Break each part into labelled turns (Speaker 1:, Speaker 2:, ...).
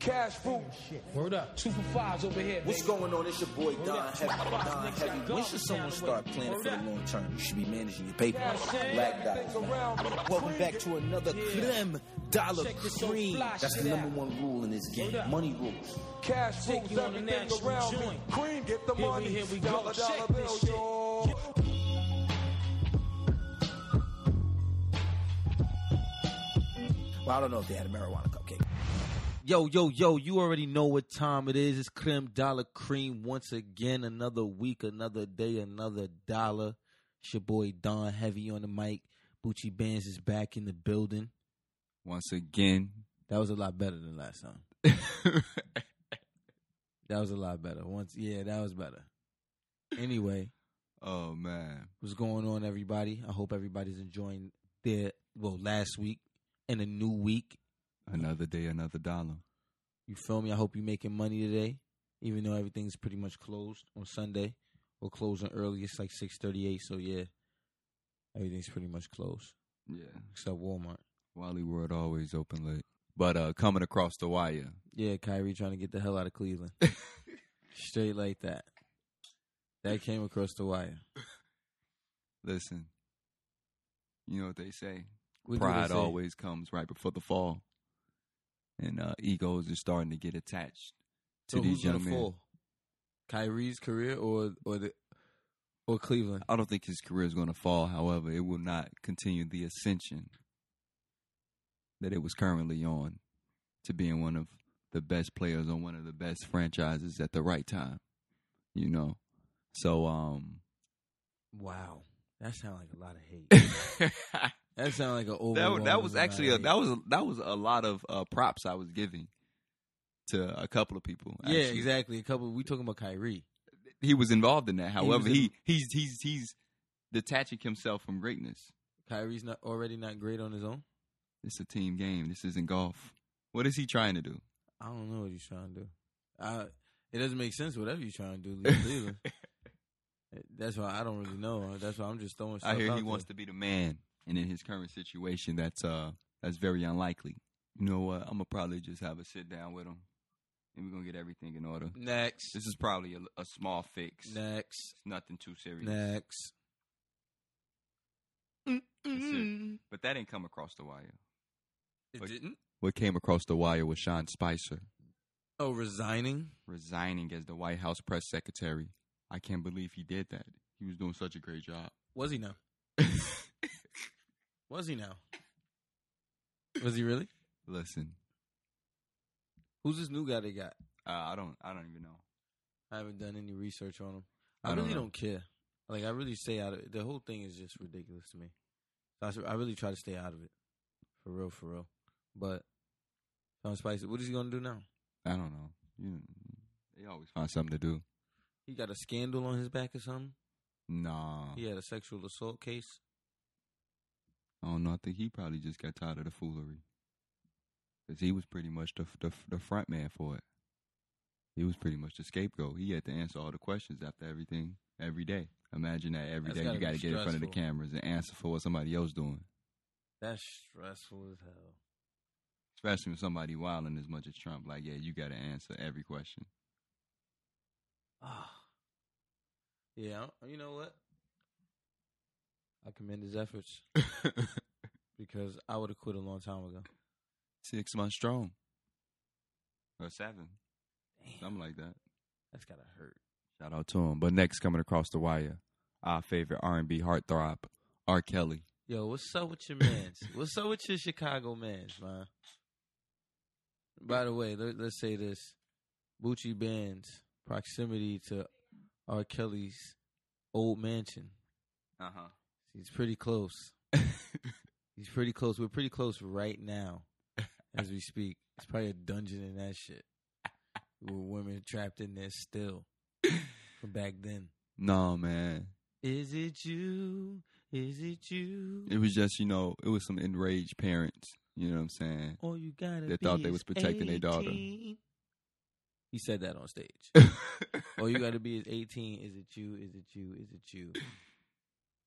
Speaker 1: Cash fruit.
Speaker 2: Word up. Two for fives over here.
Speaker 3: What's
Speaker 2: baby.
Speaker 3: going on? It's your boy Don Heavy. Don Heavy. When should someone start planning for the long term? You should be managing your paper. Black dollars.
Speaker 1: Everything's around.
Speaker 3: Welcome back to another Clem Dollar
Speaker 2: Check this old
Speaker 3: Cream.
Speaker 2: fly
Speaker 3: That's
Speaker 2: shit
Speaker 3: the number
Speaker 2: out.
Speaker 3: one rule in this game.
Speaker 2: Hold up.
Speaker 3: Money rules.
Speaker 1: Cash
Speaker 2: Take
Speaker 1: rules
Speaker 2: you on a
Speaker 1: everything
Speaker 2: national
Speaker 1: around me.
Speaker 2: joint.
Speaker 1: Cream, get the
Speaker 2: Here we-
Speaker 1: money.
Speaker 2: here we go.
Speaker 1: dollar, dollar
Speaker 2: Check this
Speaker 1: bill,
Speaker 2: shit.
Speaker 1: y'all.
Speaker 3: Well, I don't know if they had a marijuana cupcake. Yo, yo, yo, you already know what time it is. It's Clem Dollar Cream once again. Another week, another day, another dollar. It's your boy Don Heavy on the mic. Bucci Bands is back in the building.
Speaker 4: once again.
Speaker 3: That was a lot better than last time. That was a lot better. Once, yeah, that was better. Anyway,
Speaker 4: oh man,
Speaker 3: what's going on, everybody? I hope everybody's enjoying their well last week and a new week.
Speaker 4: another day, another dollar.
Speaker 3: You feel me? I hope you're making money today, even though everything's pretty much closed on Sunday. We're closing early. It's like six thirty-eight, so yeah, everything's pretty much closed
Speaker 4: Yeah,
Speaker 3: except Walmart.
Speaker 4: Wally World always open late, but uh, coming across the wire.
Speaker 3: Yeah, Kyrie trying to get the hell out of Cleveland, straight like that. That came across the wire.
Speaker 4: Listen, you know what they say:
Speaker 3: What do they
Speaker 4: pride
Speaker 3: say?
Speaker 4: always comes right before the fall, and uh, egos are starting to get attached to
Speaker 3: so
Speaker 4: these
Speaker 3: who's
Speaker 4: young
Speaker 3: gonna
Speaker 4: men.
Speaker 3: fall? Kyrie's career or or the or Cleveland?
Speaker 4: I don't think his career is going to fall. However, it will not continue the ascension that it was currently on to being one of the best players on one of the best franchises at the right time. You know, so um,
Speaker 3: Wow, that sounds like a lot of hate.
Speaker 4: that
Speaker 3: that sounds like an overwhelming.
Speaker 4: wa- that was
Speaker 3: amount
Speaker 4: actually a,
Speaker 3: of
Speaker 4: that
Speaker 3: hate.
Speaker 4: was a, that was a lot of uh, props I was giving to a couple of people.
Speaker 3: yeah,
Speaker 4: actually.
Speaker 3: exactly. A couple. We talking about Kyrie.
Speaker 4: He was involved in that. However,
Speaker 3: was in-
Speaker 4: he, he's he's he's detaching himself from greatness.
Speaker 3: Kyrie's not already not great on his own.
Speaker 4: It's a team game. This isn't golf. What is he trying to do?
Speaker 3: I don't know what he's trying to do. I, it doesn't make sense. Whatever you're trying to do, leave Cleveland. That's why I don't really know. That's why I'm just throwing. Stuff
Speaker 4: I hear
Speaker 3: out
Speaker 4: he wants
Speaker 3: there.
Speaker 4: to be the man, and in his current situation, that's uh that's very unlikely. You know what? I'm gonna probably just have a sit down with him, and we're gonna get everything in order.
Speaker 3: next,
Speaker 4: This is probably a, a small fix.
Speaker 3: next,
Speaker 4: It's nothing too serious.
Speaker 3: next.
Speaker 4: Mm-mm. But that didn't come across the wire.
Speaker 3: It
Speaker 4: Like-
Speaker 3: didn't.
Speaker 4: What came across the wire was Sean Spicer
Speaker 3: Oh, resigning.
Speaker 4: resigning as the White House press secretary. I can't believe he did that. He was doing such a great job.
Speaker 3: Was he now? Was he now? Was he really?
Speaker 4: Listen,
Speaker 3: Who's this new guy they got?
Speaker 4: uh, I don't, I don't even know.
Speaker 3: I haven't done any research on him. I,
Speaker 4: I don't
Speaker 3: really
Speaker 4: know.
Speaker 3: don't care. Like I really stay out of it. The whole thing is just ridiculous to me. So I, s- I really try to stay out of it, for real, for real. But Tom Spicer, what is he gonna do now?
Speaker 4: I don't know. You, they always find something to do.
Speaker 3: He got a scandal on his back or something.
Speaker 4: Nah,
Speaker 3: He had a sexual assault case.
Speaker 4: I don't know. I think he probably just got tired of the foolery, cause he was pretty much the the, the front man for it. He was pretty much the scapegoat. He had to answer all the questions after everything every day. Imagine that every
Speaker 3: That's
Speaker 4: day
Speaker 3: gotta
Speaker 4: you got
Speaker 3: be
Speaker 4: to get in front of the
Speaker 3: stressful.
Speaker 4: cameras and answer for what somebody else doing,
Speaker 3: That's stressful as hell.
Speaker 4: especially when somebody wilding as much as Trump. Like, yeah, you got to answer every question.
Speaker 3: Ah. Yeah, I- you know what? I commend his efforts because I would have quit a long time ago.
Speaker 4: Six months strong, or seven, something like that.
Speaker 3: That's gotta hurt.
Speaker 4: Shout out to him. But next, coming across the wire, our favorite R and B heartthrob, R. Kelly.
Speaker 3: Yo, what's up with your mans? what's up with your Chicago mans, man? By the way, let, let's say this: Bucci Band's proximity to R. Kelly's old mansion.
Speaker 4: Uh
Speaker 3: Uh-huh.
Speaker 4: huh.
Speaker 3: He's pretty close. He's pretty close. We're pretty close right now as we speak. It's probably a dungeon in that shit. With women trapped in there still from back then.
Speaker 4: No man,
Speaker 3: Is it you? Is it you?
Speaker 4: it was just you know it was some enraged parents. You know what I'm saying?
Speaker 3: All you gotta
Speaker 4: They
Speaker 3: be
Speaker 4: thought they
Speaker 3: is
Speaker 4: was protecting their daughter.
Speaker 3: 18. He said that on stage. All you gotta be is 18. Is it you? Is it you? Is it you?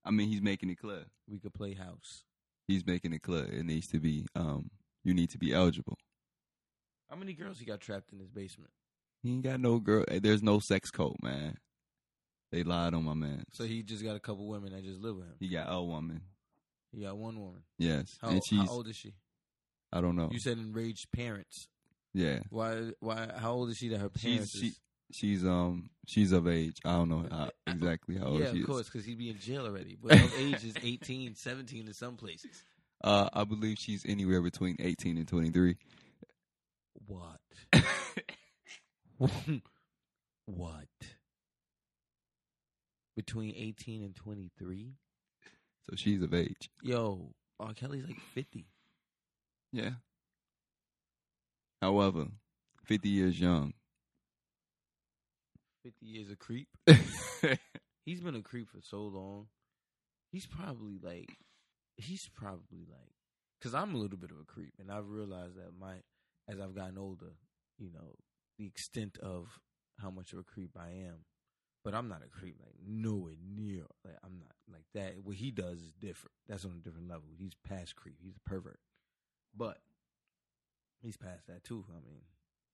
Speaker 4: I mean, he's making it clear.
Speaker 3: We could play house.
Speaker 4: He's making it clear. It needs to be um, you need to be eligible.
Speaker 3: How many girls he got trapped in his basement?
Speaker 4: He ain't got no girl. eh, There's no sex code, man. They lied on my man.
Speaker 3: So he just got a couple women that just live with him.
Speaker 4: He got a woman.
Speaker 3: He got one woman.
Speaker 4: Yes,
Speaker 3: How,
Speaker 4: and she's Oh.
Speaker 3: how old is she?
Speaker 4: I don't know.
Speaker 3: You said enraged parents.
Speaker 4: yeah,
Speaker 3: Why? Why? How old is she that her
Speaker 4: she's
Speaker 3: parents?
Speaker 4: she
Speaker 3: is-
Speaker 4: she's um she's of age. I don't know how,
Speaker 3: I-
Speaker 4: exactly how old
Speaker 3: Uh, yeah,
Speaker 4: she
Speaker 3: of
Speaker 4: is.
Speaker 3: course, because he'd be in jail already. But of age is 18, 17 in some places.
Speaker 4: Uh, I believe she's anywhere between 18 and 23.
Speaker 3: What? what? Between 18 and 23?
Speaker 4: So she's of age.
Speaker 3: Yo, R. Kelly's like 50.
Speaker 4: Yeah. However, 50 years young.
Speaker 3: 50 years a creep.
Speaker 4: yeah,
Speaker 3: He's been a creep for so long. He's probably like, he's probably like, because I'm a little bit of a creep, and I've realized that my, as I've gotten older, you know, the extent of how much of a creep I am. But I'm not a creep, like nowhere near. Like I'm not like that. What he does is different. That's on a different level. He's past creep. He's a pervert. But he's past that too. I mean,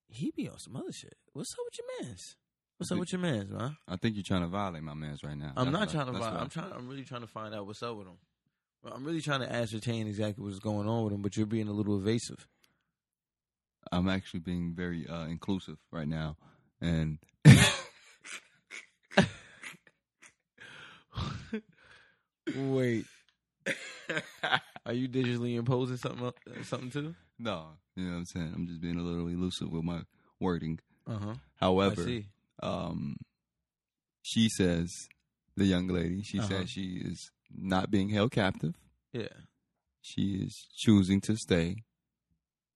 Speaker 3: he be on some other shit. What's up with your mans? What's up with your mans, man?
Speaker 4: I think you're trying to violate my man's right now.
Speaker 3: I'm not
Speaker 4: That's-
Speaker 3: trying to.
Speaker 4: that's
Speaker 3: Buy,
Speaker 4: why.
Speaker 3: I'm trying. I'm really trying to find out what's up with him. Well, I'm really trying to ascertain exactly what's going on with him. But you're being a little evasive.
Speaker 4: I'm actually being very uh, inclusive right now, and
Speaker 3: Wait, are you digitally imposing something? up- uh, Something too?
Speaker 4: no, you know what I'm saying. I'm just being a little elusive with my wording.
Speaker 3: Uh huh. I
Speaker 4: However,
Speaker 3: see.
Speaker 4: um, she says the young lady. She
Speaker 3: Uh-huh.
Speaker 4: says she is not being held captive.
Speaker 3: Yeah.
Speaker 4: She is choosing to stay.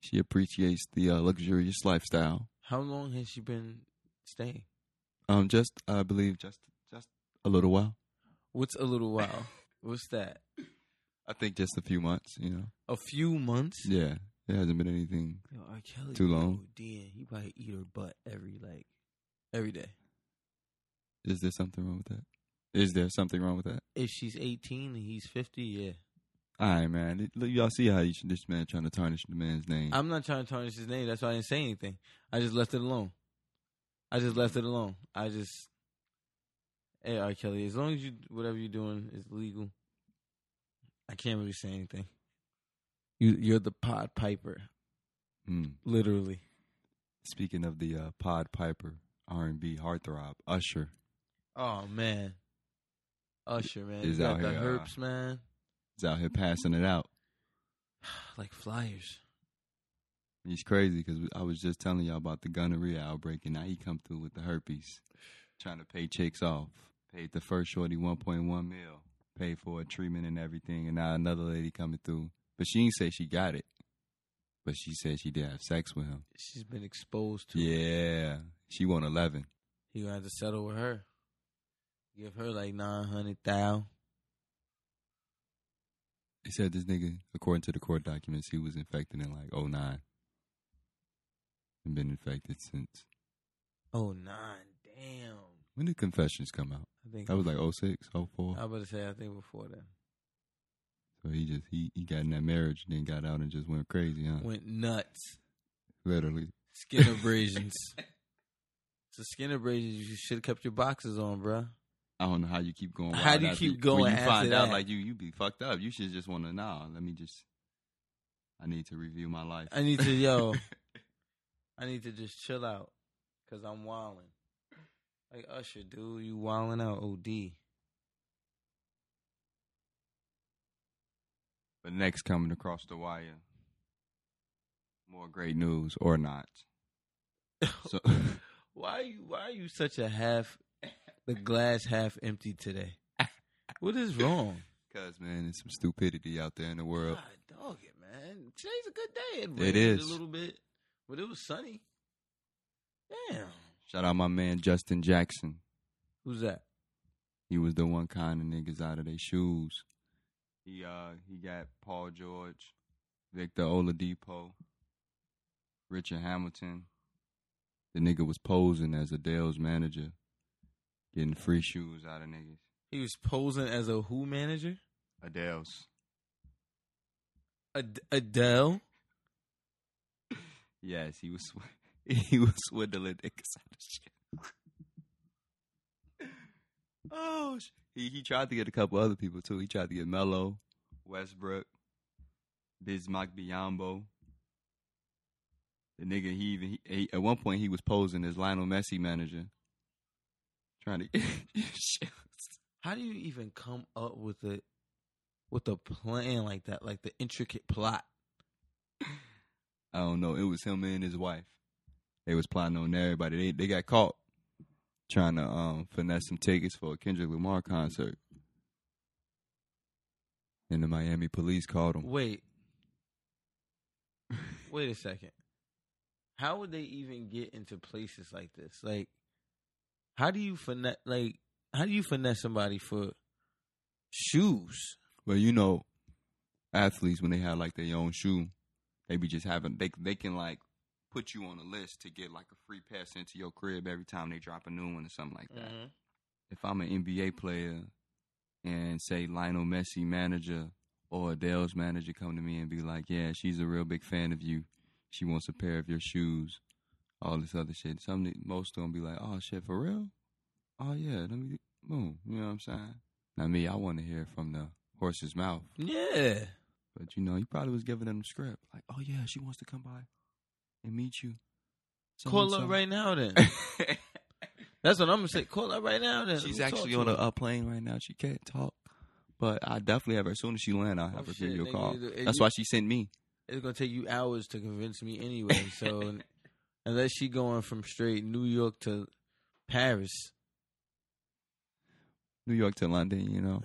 Speaker 4: She appreciates the uh, luxurious lifestyle.
Speaker 3: How long has she been staying?
Speaker 4: Um, just I believe just just a little while.
Speaker 3: What's a little while? what's that?
Speaker 4: I think just a few months. You know.
Speaker 3: A few months.
Speaker 4: Yeah, it hasn't been anything.
Speaker 3: Yo, R. Kelly.
Speaker 4: Too
Speaker 3: yo,
Speaker 4: long?
Speaker 3: Dean, he probably eat her butt every like every day.
Speaker 4: Is there something wrong with that? Is there something wrong with that?
Speaker 3: If she's 18 and he's 50, yeah.
Speaker 4: All right, man. Th- Look, y'all see how you, this man trying to tarnish the man's name.
Speaker 3: I'm not trying to tarnish his name. That's why I didn't say anything. I just left it alone. I just left it alone. I just, hey R. Kelly, as long as you whatever you're doing is legal, I can't really say anything. You you're the Pod Piper,
Speaker 4: Hmm.
Speaker 3: literally.
Speaker 4: Speaking of the uh, Pod Piper R&B heartthrob Usher,
Speaker 3: Oh man, Usher man,
Speaker 4: He's
Speaker 3: you got
Speaker 4: out
Speaker 3: the
Speaker 4: here, uh,
Speaker 3: herps man,
Speaker 4: is out here passing it out.
Speaker 3: like flyers.
Speaker 4: He's crazy because I was just telling y'all about the gonorrhea outbreak, and now he come through with the herpes, trying to pay chicks off. Paid the first shorty 1.1 mil, paid for a treatment and everything, and now another lady coming through, but she ain't say she got it, but she said she did have sex with him.
Speaker 3: She's been exposed to. it.
Speaker 4: Yeah, she won 11.
Speaker 3: He gonna have to settle with her. Give her like nine hundred thousand.
Speaker 4: They said this nigga, according to the court documents, he was infected in like 09. And been infected since.
Speaker 3: Oh nine, damn.
Speaker 4: When did Confessions come out?
Speaker 3: I think
Speaker 4: That was like 06, 04.
Speaker 3: I would say I think before that
Speaker 4: So he just, he, he got in that marriage and then got out and just went crazy, huh?
Speaker 3: went nuts.
Speaker 4: Literally.
Speaker 3: Skin abrasions. so skin abrasions. You should have kept your boxes on, bruh.
Speaker 4: I don't know how you keep going.
Speaker 3: How
Speaker 4: wild
Speaker 3: do you
Speaker 4: after
Speaker 3: keep
Speaker 4: when
Speaker 3: going
Speaker 4: you
Speaker 3: after
Speaker 4: find out
Speaker 3: that?
Speaker 4: like you, you be fucked up. You should just want to, nah, let me just, I need to review my life.
Speaker 3: I need to yo. I need to just chill out because I'm wilding. Like Usher, dude, you wilding out, OD.
Speaker 4: But next coming across the wire, more great news or not. So
Speaker 3: Why are you? Why are you such a half? The glass half empty today. What is wrong?
Speaker 4: Cause man, there's some stupidity out there in the world.
Speaker 3: God, dog it, man. Today's a good day. It,
Speaker 4: It
Speaker 3: rained
Speaker 4: is.
Speaker 3: a little bit, but it was sunny. Damn.
Speaker 4: Shout out my man Justin Jackson.
Speaker 3: Who's that?
Speaker 4: He was the one kind of niggas out of their shoes. He uh he got Paul George, Victor Oladipo, Richard Hamilton. The nigga was posing as Adele's manager, getting free shoes out of niggas.
Speaker 3: He was posing as a Who manager?
Speaker 4: Adele's.
Speaker 3: Ad- Adele?
Speaker 4: Yes, he was sw- he was swindling niggas out of shit. oh, sh- he he tried to get a couple other people too. He tried to get Mello, Westbrook, Bismack Biyombo. The nigga, he even he, he, at one point he was posing as Lionel Messi manager, trying to. Shit.
Speaker 3: How do you even come up with a with a plan like that? Like the intricate plot.
Speaker 4: I don't know. It was him and his wife. They was plotting on everybody. They they got caught trying to um, finesse some tickets for a Kendrick Lamar concert, and the Miami police called them.
Speaker 3: Wait. Wait a second. How would they even get into places like this? Like, how do you finesse? Like, how do you finesse somebody for shoes?
Speaker 4: But you know, athletes when they have like their own shoe, they be just having they they can like put you on a list to get like a free pass into your crib every time they drop a new one or something like that. If I'm an NBA player and say Lionel Messi manager or Adele's manager come to me and be like, "Yeah, she's a real big fan of you. She wants a pair of your shoes." All this other shit. Some ni- most of them be like, "Oh shit, for real? Oh yeah, let me boom." You know what I'm saying? Now me, I want to hear from the horse's mouth.
Speaker 3: Yeah.
Speaker 4: But you know, he probably was giving them the script. Like, oh yeah, she wants to come by and meet you. So and
Speaker 3: Call
Speaker 4: so."
Speaker 3: up right now then. That's what I'm gonna say. Call up right now then. Let
Speaker 4: She's
Speaker 3: me talk
Speaker 4: actually
Speaker 3: to
Speaker 4: on a
Speaker 3: her.
Speaker 4: uh, plane right now. She can't talk. But I definitely have her. As soon as she land, I'll have
Speaker 3: Oh,
Speaker 4: her
Speaker 3: shit,
Speaker 4: video
Speaker 3: nigga,
Speaker 4: call.
Speaker 3: you- and
Speaker 4: That's
Speaker 3: you-
Speaker 4: why she sent me.
Speaker 3: It's gonna take you hours to convince me anyway. So unless she going from straight New York to Paris,
Speaker 4: New York to London, you know.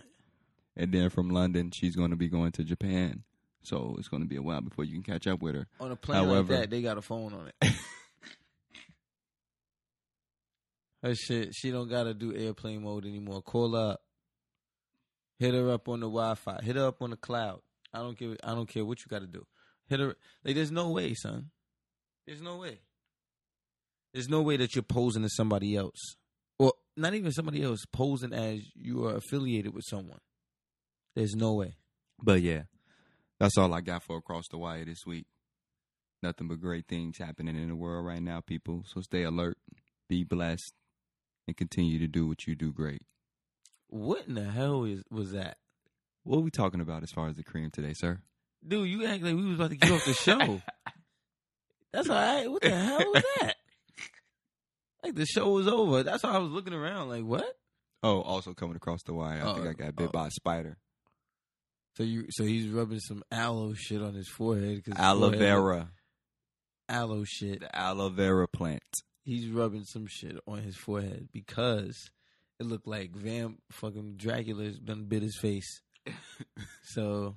Speaker 4: And then from London, she's going to be going to Japan. So it's going to be a while before you can catch up with her.
Speaker 3: on a plane
Speaker 4: However-
Speaker 3: like that, they got a phone on it. Her shit, she don't gotta do airplane mode anymore. Call up, hit her up on the Wi-Fi, hit her up on the cloud. I don't give, I don't care what you gotta do. Hit her. Like, there's no way, son. There's no way. There's no way that you're posing as somebody else, or not even somebody else posing as you are affiliated with someone. There's no way.
Speaker 4: But yeah, that's all I got for Across the Wire this week. Nothing but great things happening in the world right now, people. So stay alert, be blessed, and continue to do what you do great.
Speaker 3: What in the hell is was that,
Speaker 4: What are we talking about as far as the cream today, sir?
Speaker 3: dude? You act like we was about to get off the show. That's all right. What the hell was that? Like the show was over. That's why I was looking around. Like what?
Speaker 4: Oh, also coming across the wire, I think
Speaker 3: Oh,
Speaker 4: I got bit
Speaker 3: oh.
Speaker 4: by a spider.
Speaker 3: So you so he's rubbing some aloe shit on his forehead because
Speaker 4: Aloe vera,
Speaker 3: aloe shit.
Speaker 4: the aloe vera plant.
Speaker 3: He's rubbing some shit on his forehead because it looked like Vamp fucking Dracula's done bit his face. so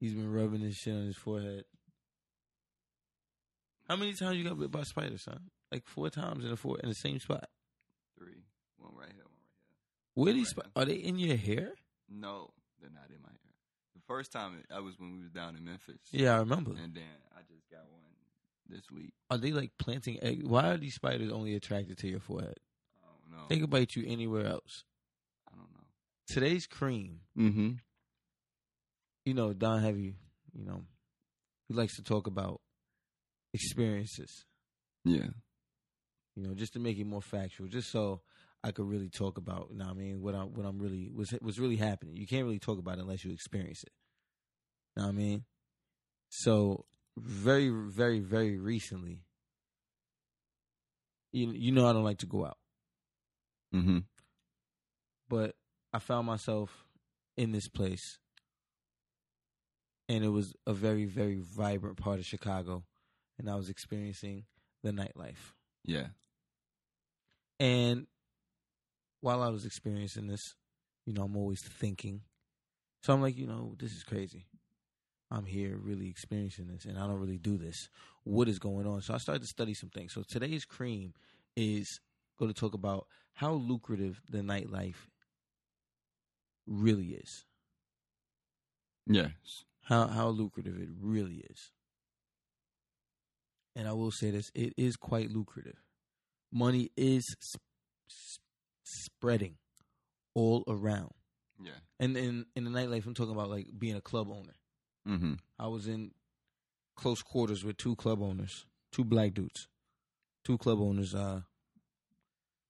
Speaker 3: he's been rubbing his shit on his forehead. How many times you got bit by spiders, son? Like four times in the four in the same spot.
Speaker 4: Three, one right here, one right
Speaker 3: Where these spi- are they in your hair?
Speaker 4: here. No, they're not in my hair. The first time it, I was when we was down in Memphis.
Speaker 3: Yeah, I remember.
Speaker 4: and then I just got one this week.
Speaker 3: Are they like planting eggs? Why are these spiders only attracted to your forehead?
Speaker 4: I don't know.
Speaker 3: They could bite you anywhere else.
Speaker 4: I don't know.
Speaker 3: Today's cream,
Speaker 4: Mm-hmm.
Speaker 3: you know, Don Heavy, you know, he likes to talk about experiences,
Speaker 4: Yeah.
Speaker 3: you know, just to make it more factual, just so I could really talk about, you know what I mean, what I what I'm really was was really happening. You can't really talk about it unless you experience it. You know what I mean? So very, very, very recently, you you know I don't like to go out.
Speaker 4: Mm-hmm.
Speaker 3: but I found myself in this place, and it was a very, very vibrant part of Chicago, and I was experiencing the nightlife.
Speaker 4: Yeah.
Speaker 3: And while I was experiencing this, you know, I'm always thinking. So I'm like, you know, this is crazy. I'm here really experiencing this, and I don't really do this. What is going on? So I started to study some things. So today's cream is going to talk about how lucrative the nightlife really is.
Speaker 4: Yes.
Speaker 3: How how lucrative it really is. And I will say this: it is quite lucrative. Money is sp- sp- spreading all around,
Speaker 4: Yeah.
Speaker 3: and in in the nightlife, I'm talking about like being a club owner.
Speaker 4: Mm-hmm.
Speaker 3: I was in close quarters with two club owners, two black dudes, two club owners uh,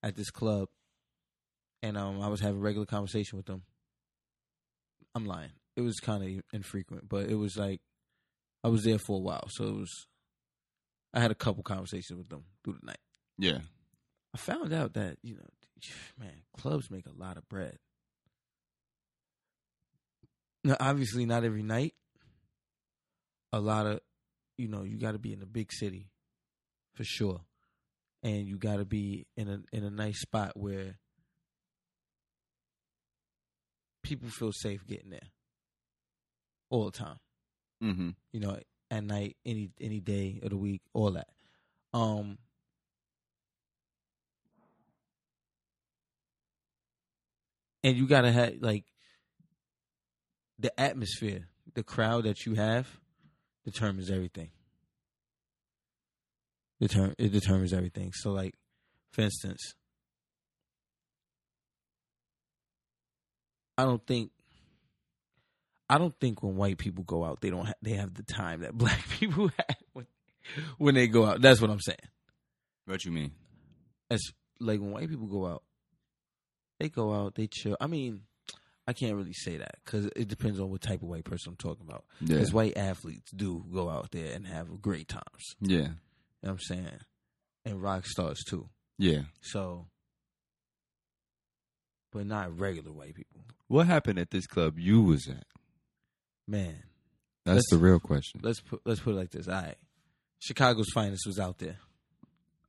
Speaker 3: at this club, and um, I was having regular conversation with them. I'm lying. It was kind of infrequent, but it was like I was there for a while, so it was. I had a couple conversations with them through the night.
Speaker 4: Yeah.
Speaker 3: I found out that you know, man, clubs make a lot of bread. Now, obviously, not every night. A lot of, you know, you got to be in a big city, for sure, and you got to be in a in a nice spot where people feel safe getting there all the time.
Speaker 4: Mm-hmm.
Speaker 3: You know, at night, any any day of the week, all that. Um. and you gotta have like the atmosphere, the crowd that you have determines everything. Determ- it determines everything. So like, for instance, I don't think I don't think when white people go out, they don't ha- they have the time that black people have when, when they go out. That's what I'm saying.
Speaker 4: What you mean?
Speaker 3: That's like when white people go out, they go out, they chill. I mean, I can't really say that because it depends on what type of white person I'm talking about.
Speaker 4: Yeah.
Speaker 3: Because white athletes do go out there and have great times.
Speaker 4: Yeah.
Speaker 3: You know what I'm saying? And rock stars too.
Speaker 4: Yeah.
Speaker 3: So, but not regular white people.
Speaker 4: What happened at this club you was at?
Speaker 3: Man,
Speaker 4: That's
Speaker 3: Let's-
Speaker 4: the real question.
Speaker 3: let's put let's put it like this. All right, Chicago's finest was out there.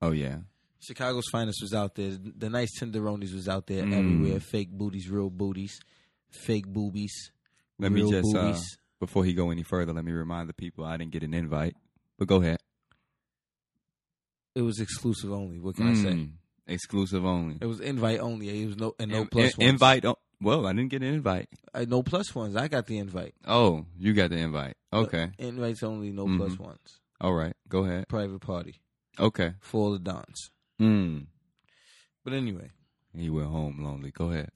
Speaker 4: Oh yeah.
Speaker 3: Chicago's finest was out there. The nice tenderonis was out there
Speaker 4: Mm.
Speaker 3: everywhere. Fake booties, real booties, fake boobies.
Speaker 4: Let
Speaker 3: real
Speaker 4: me just uh,
Speaker 3: boobies.
Speaker 4: before he go any further, let me remind the people I didn't get an invite. But go ahead.
Speaker 3: it was exclusive only. What can I say?
Speaker 4: Mm. Exclusive only.
Speaker 3: It was invite only. It was no and no
Speaker 4: In-
Speaker 3: plus
Speaker 4: in-
Speaker 3: ones.
Speaker 4: invite. o- Well, I didn't get an invite.
Speaker 3: Uh, no plus ones. I got the invite. Uh,
Speaker 4: Oh, you got the invite. Okay.
Speaker 3: Invites only. No
Speaker 4: Mhm.
Speaker 3: plus ones.
Speaker 4: All right. Go ahead.
Speaker 3: Private party
Speaker 4: Okay.
Speaker 3: for all the dons.
Speaker 4: Mm.
Speaker 3: But anyway,
Speaker 4: He went home lonely. Go ahead.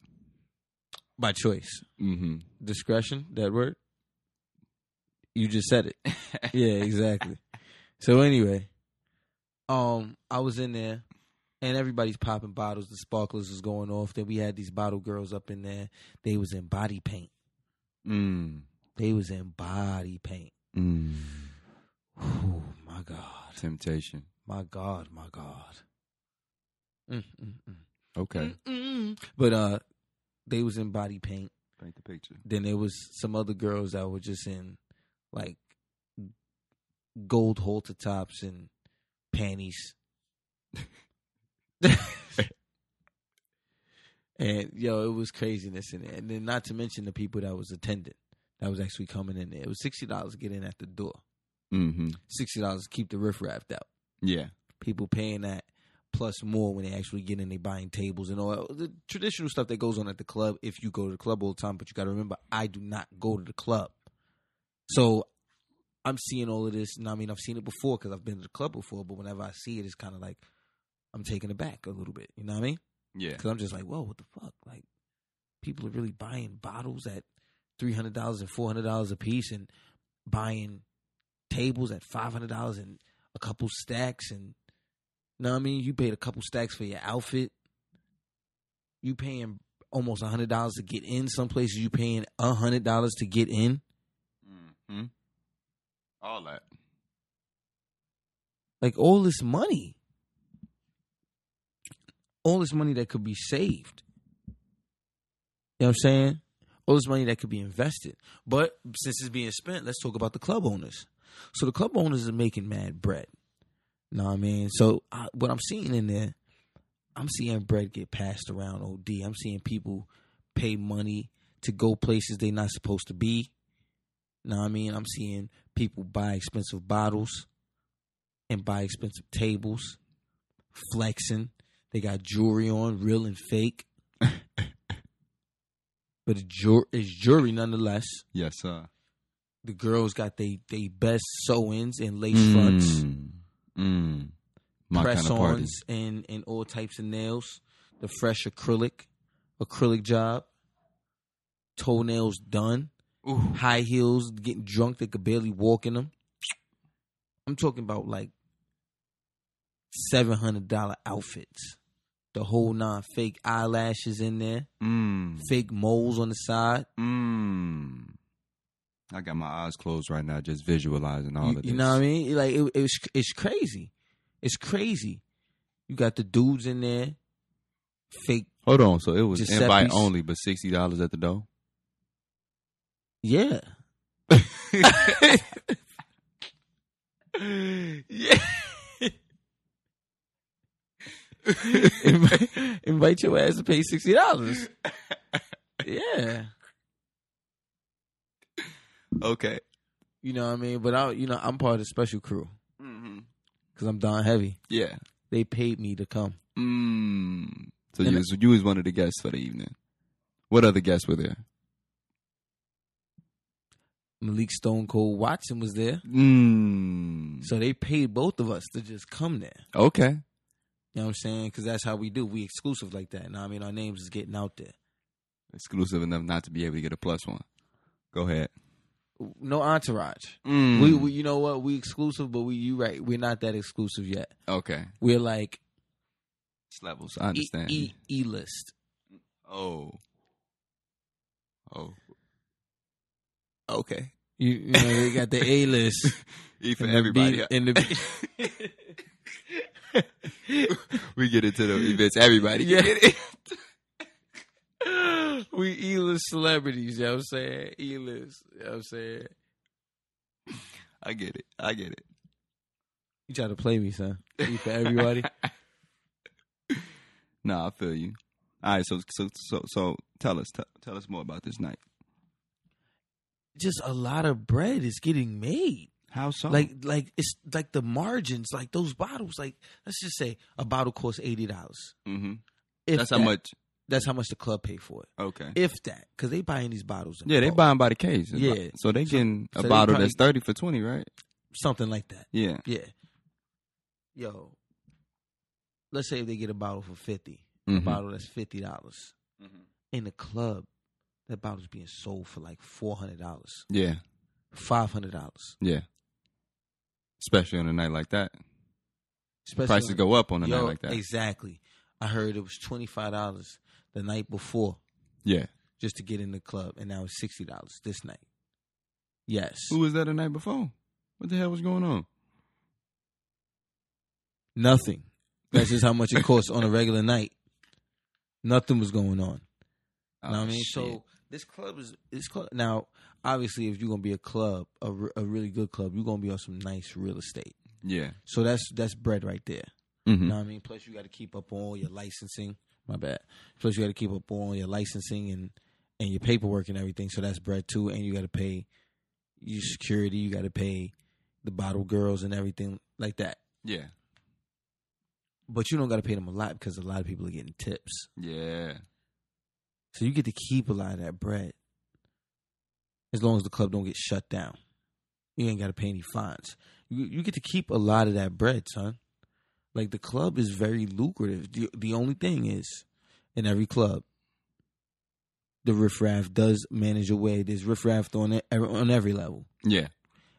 Speaker 3: by choice,
Speaker 4: Mm-hmm.
Speaker 3: discretion. That word. You just said it. yeah, exactly. So anyway, um, I was in there, and everybody's popping bottles. The sparklers was going off. Then we had these bottle girls up in there. They was in body paint.
Speaker 4: Mm.
Speaker 3: They was in body paint.
Speaker 4: Mm.
Speaker 3: Oh my God,
Speaker 4: Temptation.
Speaker 3: my God, my God. Mm, mm, mm.
Speaker 4: Okay.
Speaker 3: Mm, mm. But uh, they was in body paint.
Speaker 4: Paint the picture.
Speaker 3: Then there was some other girls that were just in like gold halter tops and panties. and yo, it was craziness in there. And then not to mention the people that was attending that was actually coming in there. It was sixty dollars to get in at the door.
Speaker 4: Mm-hmm.
Speaker 3: Sixty dollars to keep the riff wrapped out.
Speaker 4: Yeah.
Speaker 3: people paying that plus more when they actually get in they buying tables and all that. the traditional stuff that goes on at the club if you go to the club all the time but you got to remember i do not go to the club so i'm seeing all of this and i mean i've seen it before because i've been to the club before but whenever i see it it's kind of like i'm taken aback a little bit you know what i mean
Speaker 4: Yeah.
Speaker 3: because i'm just like whoa what the fuck like people are really buying bottles at $300 and $400 a piece and buying tables at $500 and a couple stacks and know what I mean? You paid a couple stacks for your outfit. You paying almost hundred dollars to get in. Some places you paying hundred dollars to get in.
Speaker 4: Mm-hmm. All that.
Speaker 3: Like all this money, all this money that could be saved. You know what I'm saying? All this money that could be invested. But since it's being spent, let's talk about the club owners. So the club owners are making mad bread. Know what I mean? So I, what I'm seeing in there, I'm seeing bread get passed around OD. I'm seeing people pay money to go places they're not supposed to be. Know what I mean? I'm seeing people buy expensive bottles and buy expensive tables, flexing. They got jewelry on, real and fake. but it's jewelry, it's jewelry nonetheless.
Speaker 4: Yes, sir.
Speaker 3: The girls got they they best sew-ins and lace fronts.
Speaker 4: Mm. My
Speaker 3: press
Speaker 4: kind of party.
Speaker 3: ons and, and all types of nails, the fresh acrylic, acrylic job, toenails done,
Speaker 4: Ooh.
Speaker 3: high heels, getting drunk, they could barely walk in them. I'm talking about like seven hundred dollar outfits, the whole nine fake eyelashes in there,
Speaker 4: Mm.
Speaker 3: fake moles on the side.
Speaker 4: Mm. I got my eyes closed right now, just visualizing all
Speaker 3: you,
Speaker 4: of this.
Speaker 3: you know what I mean? Like it, it's it's crazy, it's crazy. You got the dudes in there, fake.
Speaker 4: Hold on. So it was
Speaker 3: Giuseppe's-
Speaker 4: invite only, but sixty dollars at the door.
Speaker 3: Yeah, yeah. invite, invite your ass to pay sixty dollars. Yeah,
Speaker 4: okay.
Speaker 3: you know what I mean. But I, you know, I'm part of the special crew
Speaker 4: Mm-hmm.
Speaker 3: because I'm Don Heavy.
Speaker 4: Yeah.
Speaker 3: They paid me to come.
Speaker 4: Mm. So
Speaker 3: And-
Speaker 4: you was, you was one of the guests for the evening. What other guests were there?
Speaker 3: Malik Stone Cold Watson was there,
Speaker 4: Mm.
Speaker 3: so they paid both of us to just come there.
Speaker 4: Okay.
Speaker 3: You know what I'm saying? Because that's how we do. We exclusive like that. Now I mean, our names is getting out there.
Speaker 4: Exclusive enough not to be able to get a plus one. Go ahead.
Speaker 3: No entourage.
Speaker 4: Mm.
Speaker 3: We, we, you know what? We exclusive, but we, you right? We're not that exclusive yet.
Speaker 4: okay.
Speaker 3: We're like
Speaker 4: It's levels. I
Speaker 3: E
Speaker 4: understand.
Speaker 3: E E list.
Speaker 4: Oh. Oh. Okay.
Speaker 3: You, you know, they got the A list
Speaker 4: E for
Speaker 3: and the B-
Speaker 4: everybody.
Speaker 3: and the B-
Speaker 4: we get into the events. Everybody
Speaker 3: Yeah.
Speaker 4: can get it.
Speaker 3: we E list celebrities, you know what I'm saying? E list, you know what I'm saying?
Speaker 4: I get it. I get it.
Speaker 3: You try to play me, son. E for everybody.
Speaker 4: Nah, I feel you. All right, so so so so tell us t- tell us more about this night.
Speaker 3: Just a lot of bread is getting made.
Speaker 4: How so?
Speaker 3: Like like it's like the margins, like those bottles, like let's just say a bottle costs eighty dollars.
Speaker 4: hmm
Speaker 3: If
Speaker 4: that's how
Speaker 3: that.
Speaker 4: much.
Speaker 3: that's how much the club paid for it.
Speaker 4: Okay.
Speaker 3: If that, because they buying these bottles. in
Speaker 4: Yeah, they
Speaker 3: bulk.
Speaker 4: buying by the case.
Speaker 3: Oh. Yeah.
Speaker 4: So they getting
Speaker 3: so
Speaker 4: a
Speaker 3: they
Speaker 4: bottle
Speaker 3: probably-
Speaker 4: that's thirty for twenty, right?
Speaker 3: something like that.
Speaker 4: Yeah.
Speaker 3: Yeah. Yo, let's say if they get a bottle for 50 a
Speaker 4: Mhm.
Speaker 3: bottle that's fifty dollars
Speaker 4: Mm-hmm.
Speaker 3: in the club. That bottle's being sold for like four hundred dollars,
Speaker 4: Yeah.
Speaker 3: five hundred dollars.
Speaker 4: Yeah. Especially on a night like that,
Speaker 3: Especially
Speaker 4: prices
Speaker 3: on-
Speaker 4: go up on a night
Speaker 3: Yo,
Speaker 4: like that.
Speaker 3: Exactly. I heard it was twenty five dollars the night before
Speaker 4: yeah.
Speaker 3: just to get in the club, and now it's sixty dollars this night. Yes.
Speaker 4: Who was that the night before? What the hell was going on?
Speaker 3: Nothing. That's just how much it costs on a regular night. Nothing was going on. know
Speaker 4: Oh,
Speaker 3: what I mean? So this club is this club now. Obviously, if you're gonna be a club, a, re- a really good club, you're gonna be on some nice real estate.
Speaker 4: yeah.
Speaker 3: So that's that's bread right there.
Speaker 4: Mm-hmm.
Speaker 3: You know what I mean? Plus, you got to keep up on all your licensing. My bad. Plus, you got to keep up on all your licensing and and your paperwork and everything. So that's bread too. And you got to pay your security. You got to pay the bottle girls and everything like that.
Speaker 4: Yeah.
Speaker 3: But you don't got to pay them a lot because a lot of people are getting tips.
Speaker 4: Yeah.
Speaker 3: So you get to keep a lot of that bread. As long as the club don't get shut down. You ain't gotta pay any fines. You you get to keep a lot of that bread, son. Like the club is very lucrative. The the only thing is in every club, the riffraff does manage a way. There's riffraff on e- on every level.
Speaker 4: Yeah.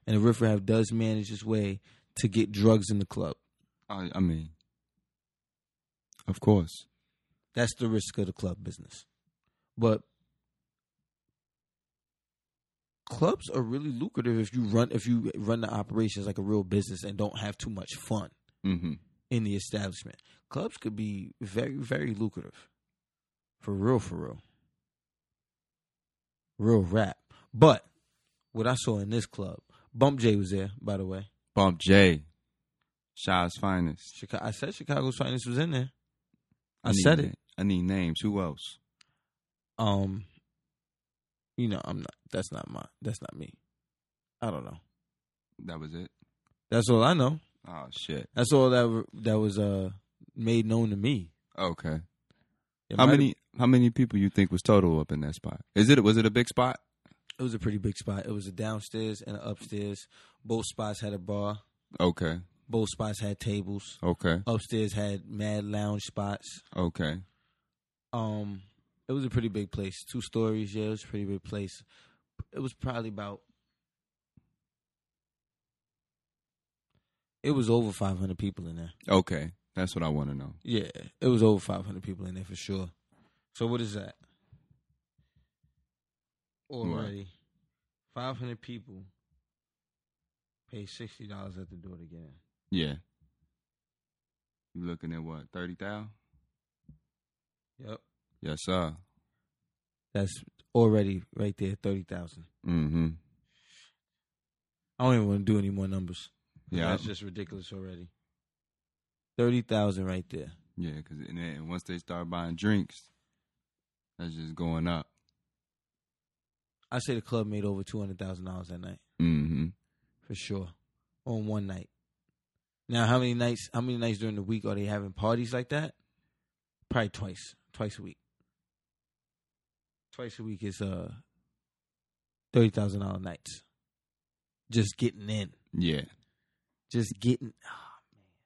Speaker 3: And the riffraff does manage his way to get drugs in the club.
Speaker 4: I, I mean, of course.
Speaker 3: That's the risk of the club business. But clubs are really lucrative if you run if you run the operations like a real business and don't have too much fun
Speaker 4: Mm-hmm.
Speaker 3: in the establishment. Clubs could be very very lucrative. For real for real. Real rap. But what I saw in this club, Bump J was there, by the way.
Speaker 4: Bump J, Shy's finest.
Speaker 3: Chicago, I said Chicago's finest was in there. I,
Speaker 4: need
Speaker 3: said
Speaker 4: na-
Speaker 3: it.
Speaker 4: I need names. Who else?
Speaker 3: um you know i'm not that's not my that's not me i don't know
Speaker 4: That was it.
Speaker 3: that's all i know
Speaker 4: Oh shit.
Speaker 3: that's all that that was uh made known to me
Speaker 4: Okay.
Speaker 3: It
Speaker 4: How
Speaker 3: might
Speaker 4: many? How many people you think was total up in that spot? Is it? Was it a big spot?
Speaker 3: have- it was a pretty big spot it was a downstairs and a upstairs both spots had a bar
Speaker 4: Okay.
Speaker 3: both spots had tables
Speaker 4: Okay.
Speaker 3: upstairs had mad lounge spots
Speaker 4: Okay.
Speaker 3: um it was a pretty big place two stories yeah it was a pretty big place it was probably about It was over 500 people in there.
Speaker 4: Okay, that's what I want to know.
Speaker 3: Yeah, it was over 500 people in there for sure. So what is that? Already, 500 people pay sixty dollars at the door to get in.
Speaker 4: Yeah. You looking at what thirty thousand?
Speaker 3: Yep,
Speaker 4: Yes, sir.
Speaker 3: that's already right there, thirty thousand.
Speaker 4: Mm-hmm.
Speaker 3: I don't even want to do any more numbers.
Speaker 4: Yeah,
Speaker 3: that's
Speaker 4: I-
Speaker 3: just ridiculous already. Thirty thousand right there.
Speaker 4: Yeah, because and then and once they start buying drinks, that's just going up.
Speaker 3: I say the club made over two hundred thousand dollars that night
Speaker 4: Mm-hmm.
Speaker 3: for sure, on one night. Now, how many nights? How many nights during the week are they having parties like that? Probably twice, twice a week. Twice a week is uh thirty thousand dollar nights. Just getting in,
Speaker 4: Yeah.
Speaker 3: just getting.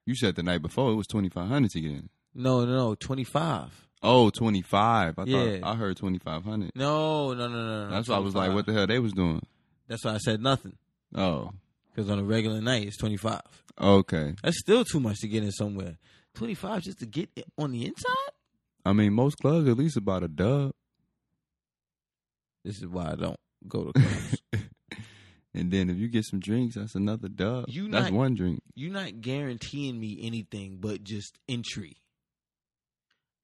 Speaker 4: You said the night before it was twenty five hundred to get in.
Speaker 3: No, no, no, twenty five.
Speaker 4: Oh, 25. I
Speaker 3: Yeah. Uh,
Speaker 4: thought I heard twenty five hundred.
Speaker 3: No, no, no, no, no.
Speaker 4: That's why I was like,
Speaker 3: 25.
Speaker 4: what the hell they was doing?
Speaker 3: That's why I said nothing.
Speaker 4: Oh,
Speaker 3: Because on a regular night, it's twenty five.
Speaker 4: okay.
Speaker 3: That's still too much to get in somewhere. Twenty five just to get it on the inside.
Speaker 4: I mean, most clubs at least about a dub,
Speaker 3: This is why I don't go to clubs.
Speaker 4: and then if you get some drinks, that's another dub.
Speaker 3: You
Speaker 4: that's
Speaker 3: not-
Speaker 4: one drink.
Speaker 3: You're not guaranteeing me anything but just entry.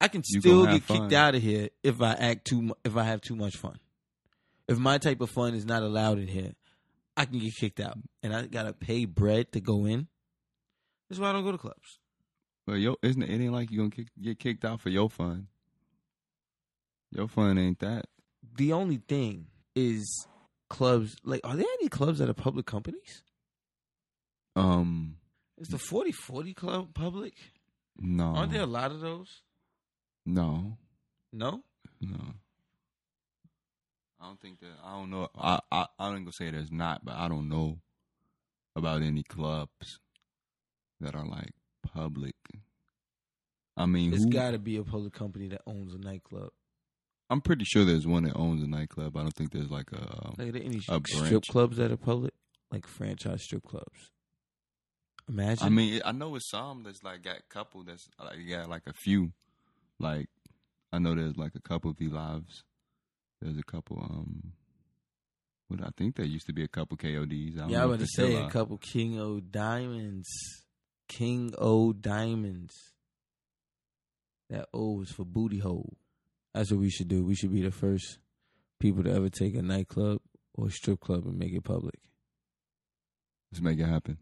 Speaker 3: I can
Speaker 4: You
Speaker 3: still get
Speaker 4: gonna have
Speaker 3: kicked
Speaker 4: fun.
Speaker 3: out of here if I act too. mu- If I have too much fun, if my type of fun is not allowed in here, I can get kicked out, and I gotta pay bread to go in. That's why I don't go to clubs.
Speaker 4: But yo, isn't it, it ain't like you gonna kick, get kicked out for your fun. Your fun ain't that.
Speaker 3: the only thing is clubs. Like, are there any clubs that are public companies?
Speaker 4: Um,
Speaker 3: Is the forty forty club public?
Speaker 4: no,
Speaker 3: Aren't there a lot of those?
Speaker 4: no,
Speaker 3: No.
Speaker 4: no. I don't think that. I don't know. I I, I don't gonna say there's not, but I don't know about any clubs that are like public. I mean,
Speaker 3: It's
Speaker 4: who-
Speaker 3: got to be a public company that owns a nightclub.
Speaker 4: I'm pretty sure there's one that owns a nightclub. I don't think there's like a. Um,
Speaker 3: Like, are there any
Speaker 4: A
Speaker 3: strip
Speaker 4: branch.
Speaker 3: clubs that are public? Like franchise strip clubs. Imagine.
Speaker 4: I mean, I know it's some that's like got couple that's like you got like a few. Like I know there's like a couple V Lives. There's a couple. um What I think there used to be a couple KODs. I don't
Speaker 3: yeah, I
Speaker 4: know
Speaker 3: was about to
Speaker 4: if they still
Speaker 3: say a
Speaker 4: are.
Speaker 3: couple King O diamonds. King O diamonds. That O is for booty hole. That's what we should do. We should be the first people to ever take a nightclub or strip club and make it public.
Speaker 4: Let's make it happen.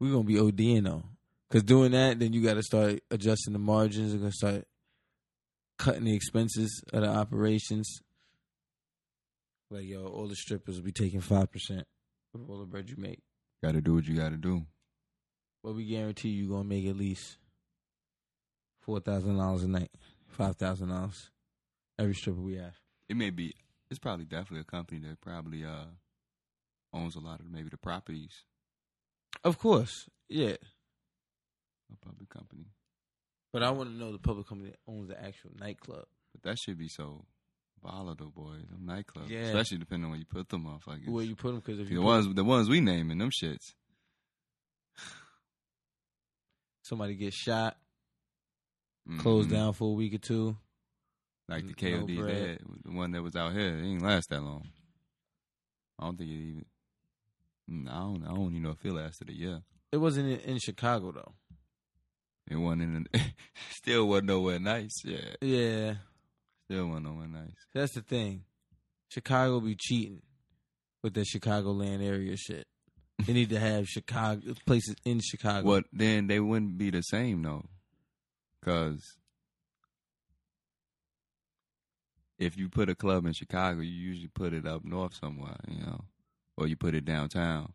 Speaker 3: We're gonna be ODing though, because doing that, then you got to start adjusting the margins. You're gonna start cutting the expenses of the operations. Like yo, all the strippers will be taking five percent of all the bread you make.
Speaker 4: Got to do what you got to do.
Speaker 3: But we guarantee you gonna make at least four thousand dollars a night, five thousand dollars every stripper we have.
Speaker 4: It may be. It's probably definitely a company that probably uh owns a lot of maybe the properties.
Speaker 3: Of course, yeah.
Speaker 4: A public company,
Speaker 3: But I want to know the public company that owns the actual nightclub.
Speaker 4: but that should be so volatile, boy. Them nightclubs,
Speaker 3: Yeah.
Speaker 4: especially depending on where you put them off. I guess.
Speaker 3: Where you put them? Because if you
Speaker 4: the
Speaker 3: put
Speaker 4: ones, the ones we naming them shits.
Speaker 3: somebody gets shot,
Speaker 4: Mm-mm.
Speaker 3: closed down for a week or two.
Speaker 4: Mm-hmm. Like the
Speaker 3: No
Speaker 4: KOD,
Speaker 3: bread.
Speaker 4: that, the one that was out here, it didn't last that long. I don't think it even. Mm, I don't. I don't even know if it lasted a year.
Speaker 3: It wasn't in, in Chicago though.
Speaker 4: It wasn't in. The, still wasn't nowhere nice. Yeah,
Speaker 3: Yeah,
Speaker 4: still wasn't nowhere nice.
Speaker 3: that's the thing. Chicago be cheating with the Chicagoland area shit. They need to have Chicago places in Chicago.
Speaker 4: Well, then they wouldn't be the same though, because if you put a club in Chicago, you usually put it up north somewhere, you know, or you put it downtown.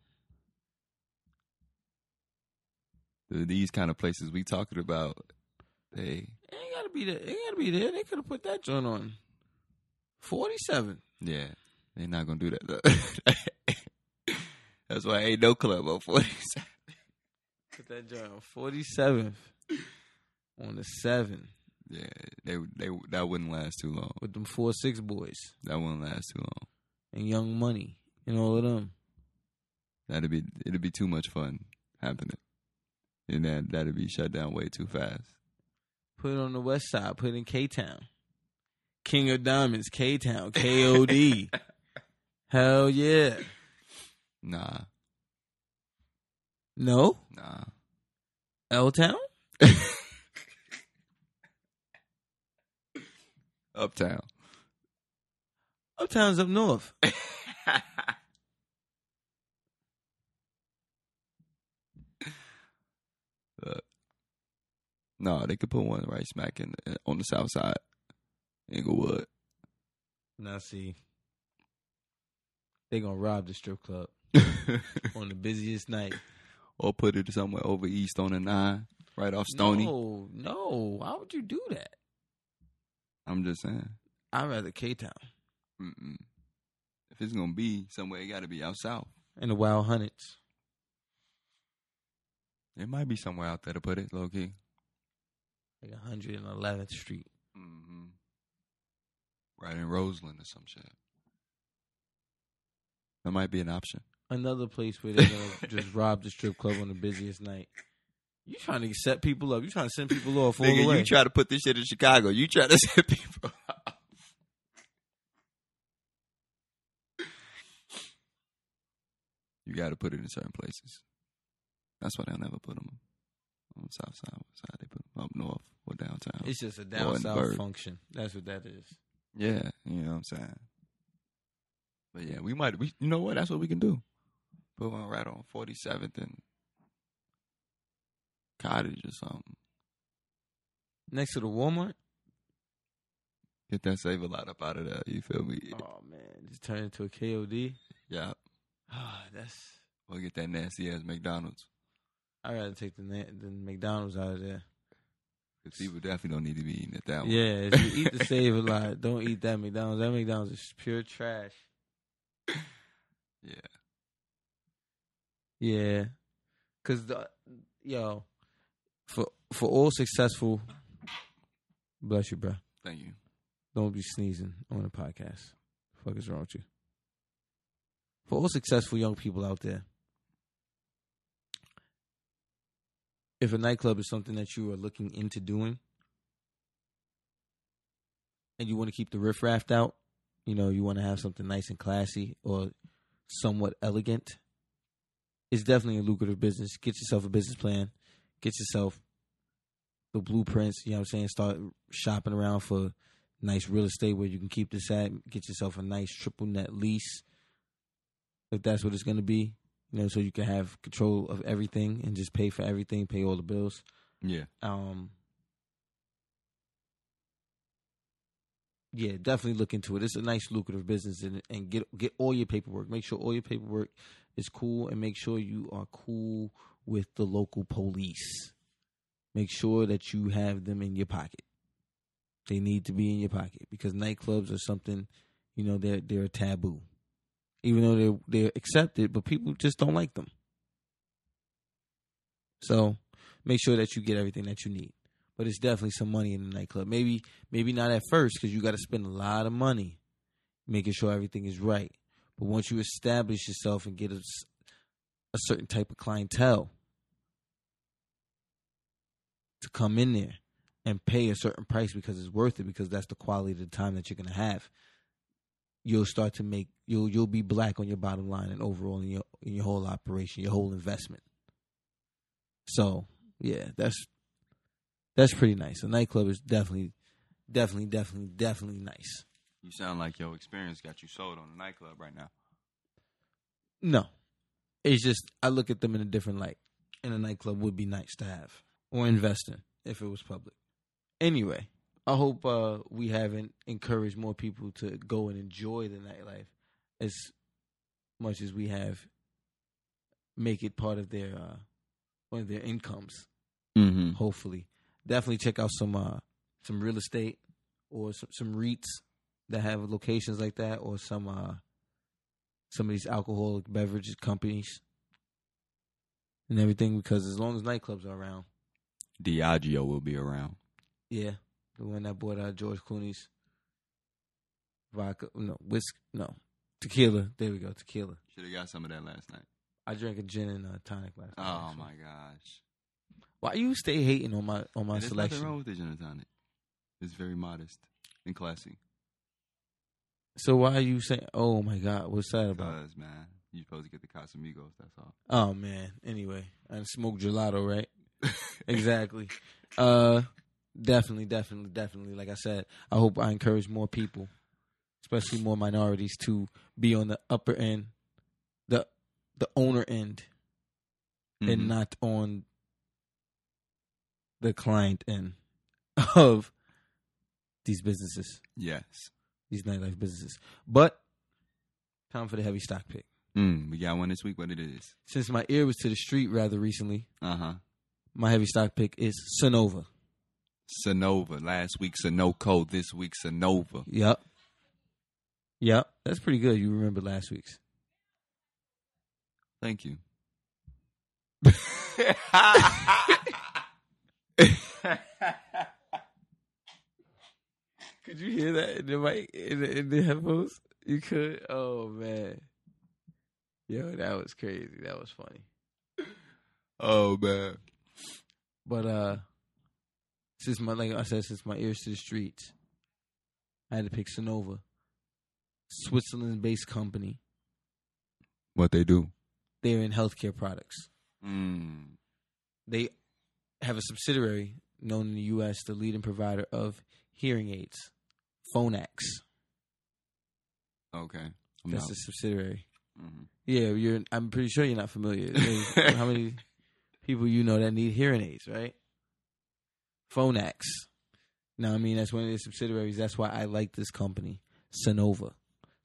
Speaker 4: Th- These kind of places we talking about, they
Speaker 3: It ain't gotta be there. It ain't gotta be there. They could have put that joint on forty-seven.
Speaker 4: yeah, they're not gonna do that. That's why ain't no club on forty seven.
Speaker 3: Put that joint on forty-seventh on the seven
Speaker 4: Yeah, they they that wouldn't last too long.
Speaker 3: with them four six boys
Speaker 4: That wouldn't last too long.
Speaker 3: and Young Money and all of them.
Speaker 4: That'd be it'd be too much fun happening. and that that'd be shut down way too fast.
Speaker 3: Put it on the west side. Put it in K Town. King of Diamonds, K Town, KOD. Hell yeah.
Speaker 4: Nah,
Speaker 3: No?
Speaker 4: nah.
Speaker 3: L Town?
Speaker 4: Uptown.
Speaker 3: Uptown's up north.
Speaker 4: No, Uh, they could put one right smack in on the south side, Inglewood.
Speaker 3: Now see. They gonna rob the strip club on the busiest night.
Speaker 4: or put it somewhere over east on the nine, right off Stony.
Speaker 3: No, no. Why would you do that?
Speaker 4: I'm just saying.
Speaker 3: I'd rather K Town
Speaker 4: Mm-mm. If it's gonna be somewhere, it gotta be out south.
Speaker 3: and the Wild Hunnets.
Speaker 4: It might be somewhere out there to put it, low key.
Speaker 3: Like 111th Street.
Speaker 4: Mm-hmm. Right in Roseland or some shit. That might be an option.
Speaker 3: Another place where they're gonna just rob the strip club on the busiest night. You trying to set people up. You trying to send people off all the
Speaker 4: Nigga,
Speaker 3: way.
Speaker 4: you try to put this shit in Chicago. You try to set people. up. you got to put it in certain places. That's why they'll never put them on the south side. West side they put them up north or downtown.
Speaker 3: it's just a down
Speaker 4: One
Speaker 3: south
Speaker 4: bird.
Speaker 3: function. That's what that is.
Speaker 4: yeah, you know what I'm saying. But yeah, we might. We you know what? That's what we can do. Put one right on 47th and Cottage or something.
Speaker 3: Next to the Walmart.
Speaker 4: Get that save a lot up out of there. You feel me?
Speaker 3: Oh man, just turn into a KOD.
Speaker 4: Yeah.
Speaker 3: Ah, that's.
Speaker 4: We'll get that nasty ass McDonald's.
Speaker 3: I gotta take the na- the McDonald's out of there.
Speaker 4: Because people definitely don't need to be eating at that one.
Speaker 3: Yeah, if you eat the save a lot, don't eat that McDonald's. That McDonald's is pure trash.
Speaker 4: Yeah.
Speaker 3: Yeah, cause the yo for for all successful. Bless you, bro.
Speaker 4: Thank you.
Speaker 3: Don't be sneezing on the podcast. fuck is wrong with you? For all successful young people out there, if a nightclub is something that you are looking into doing and you want to keep the riffraff out, you know, you want to have something nice and classy or somewhat elegant, it's definitely a lucrative business. Get yourself a business plan, get yourself the blueprints, you know what I'm saying? Start shopping around for nice real estate where you can keep this at. Get yourself a nice triple net lease, if that's what it's going to be. You know, so you can have control of everything and just pay for everything, pay all the bills.
Speaker 4: Yeah.
Speaker 3: Um, yeah, definitely look into it. It's a nice lucrative business, and and get get all your paperwork. Make sure all your paperwork is cool, and make sure you are cool with the local police. Make sure that you have them in your pocket. They need to be in your pocket because nightclubs are something, you know, they're they're a taboo, even though they're they're accepted, but people just don't like them. So make sure that you get everything that you need. But it's definitely some money in the nightclub. Maybe maybe not at first because you got to spend a lot of money making sure everything is right. But once you establish yourself and get a, s- a certain type of clientele to come in there and pay a certain price because it's worth it because that's the quality of the time that you're gonna have. You'll start to make you'll you'll be black on your bottom line and overall in your in your whole operation, your whole investment. So yeah, that's that's pretty nice. A nightclub is definitely, definitely, definitely, definitely nice.
Speaker 4: You sound like your experience got you sold on the nightclub right now.
Speaker 3: No, it's just I look at them in a different light, and a nightclub would be nice to have or invest in if it was public. Anyway, I hope uh, we haven't encouraged more people to go and enjoy the nightlife as much as we have make it part of their uh, one of their incomes.
Speaker 4: Mm-hmm.
Speaker 3: hopefully. Definitely check out some uh some real estate or some, some REITs that have locations like that or some uh some of these alcoholic beverages companies and everything because as long as nightclubs are around,
Speaker 4: Diageo will be around.
Speaker 3: yeah, the one that bought out George Clooney's vodka, no whisk, no tequila. There we go, tequila.
Speaker 4: Should have got some of that last night.
Speaker 3: I drank a gin and a tonic last night.
Speaker 4: Oh
Speaker 3: actually.
Speaker 4: my gosh.
Speaker 3: Why you stay hating on my on my
Speaker 4: And there's nothing wrong
Speaker 3: selection?
Speaker 4: with the gin and tonic. It's very modest and classy.
Speaker 3: So why are you saying? Oh my God, what's that about?
Speaker 4: Because man, you're supposed to get the Casamigos. That's all.
Speaker 3: Oh man. Anyway, I smoke gelato, right? exactly. Uh, definitely, definitely, definitely. Like I said, I hope I encourage more people, especially more minorities, to be on the upper end, the the owner end, and
Speaker 4: Mhm.
Speaker 3: not on the client end of these businesses,
Speaker 4: yes.
Speaker 3: these nightlife businesses. But time for the heavy stock pick.
Speaker 4: Mm, we got one this week. What it is?
Speaker 3: Since my ear was to the street rather recently,
Speaker 4: Uh huh.
Speaker 3: my heavy stock pick is Sonova.
Speaker 4: Sonova. Last week Sunoco. This week Sonova.
Speaker 3: Yep. Yep. That's pretty good. You remember last week's.
Speaker 4: Thank you.
Speaker 3: Could you hear that in the mic in the, in the headphones? You could. Oh man. Yo, that was crazy. That was funny.
Speaker 4: Oh man.
Speaker 3: But uh since my like I said, since my ears to the streets, I had to pick Sonova. Switzerland based company.
Speaker 4: What they do?
Speaker 3: They're in healthcare products.
Speaker 4: Mm.
Speaker 3: They have a subsidiary known in the US, the leading provider of hearing aids, Phonax.
Speaker 4: Okay. I'm
Speaker 3: That's
Speaker 4: out.
Speaker 3: a subsidiary.
Speaker 4: Mhm.
Speaker 3: Yeah, you're. I'm pretty sure you're not familiar. There's- how many people you know that need hearing aids, right? Phonax. Now, I mean, that's one of their subsidiaries. That's why I like this company, Sonova.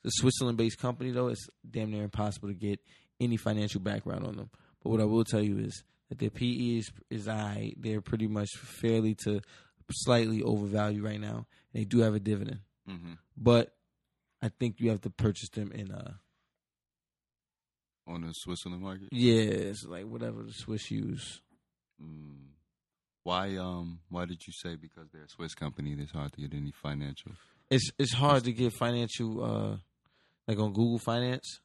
Speaker 3: It's a Switzerland-based company, though. It's damn near impossible to get any financial background on them. But what I will tell you is that their PE is is I. They're pretty much fairly to slightly overvalued right now. They do have a dividend
Speaker 4: Mhm.
Speaker 3: but I think you have to purchase them in uh
Speaker 4: On the Switzerland market.
Speaker 3: yeah, it's like whatever the Swiss use.
Speaker 4: Mm. Why um why did you say because they're a Swiss company it's hard to get any financial?
Speaker 3: It's it's hard to get financial uh like on Google Finance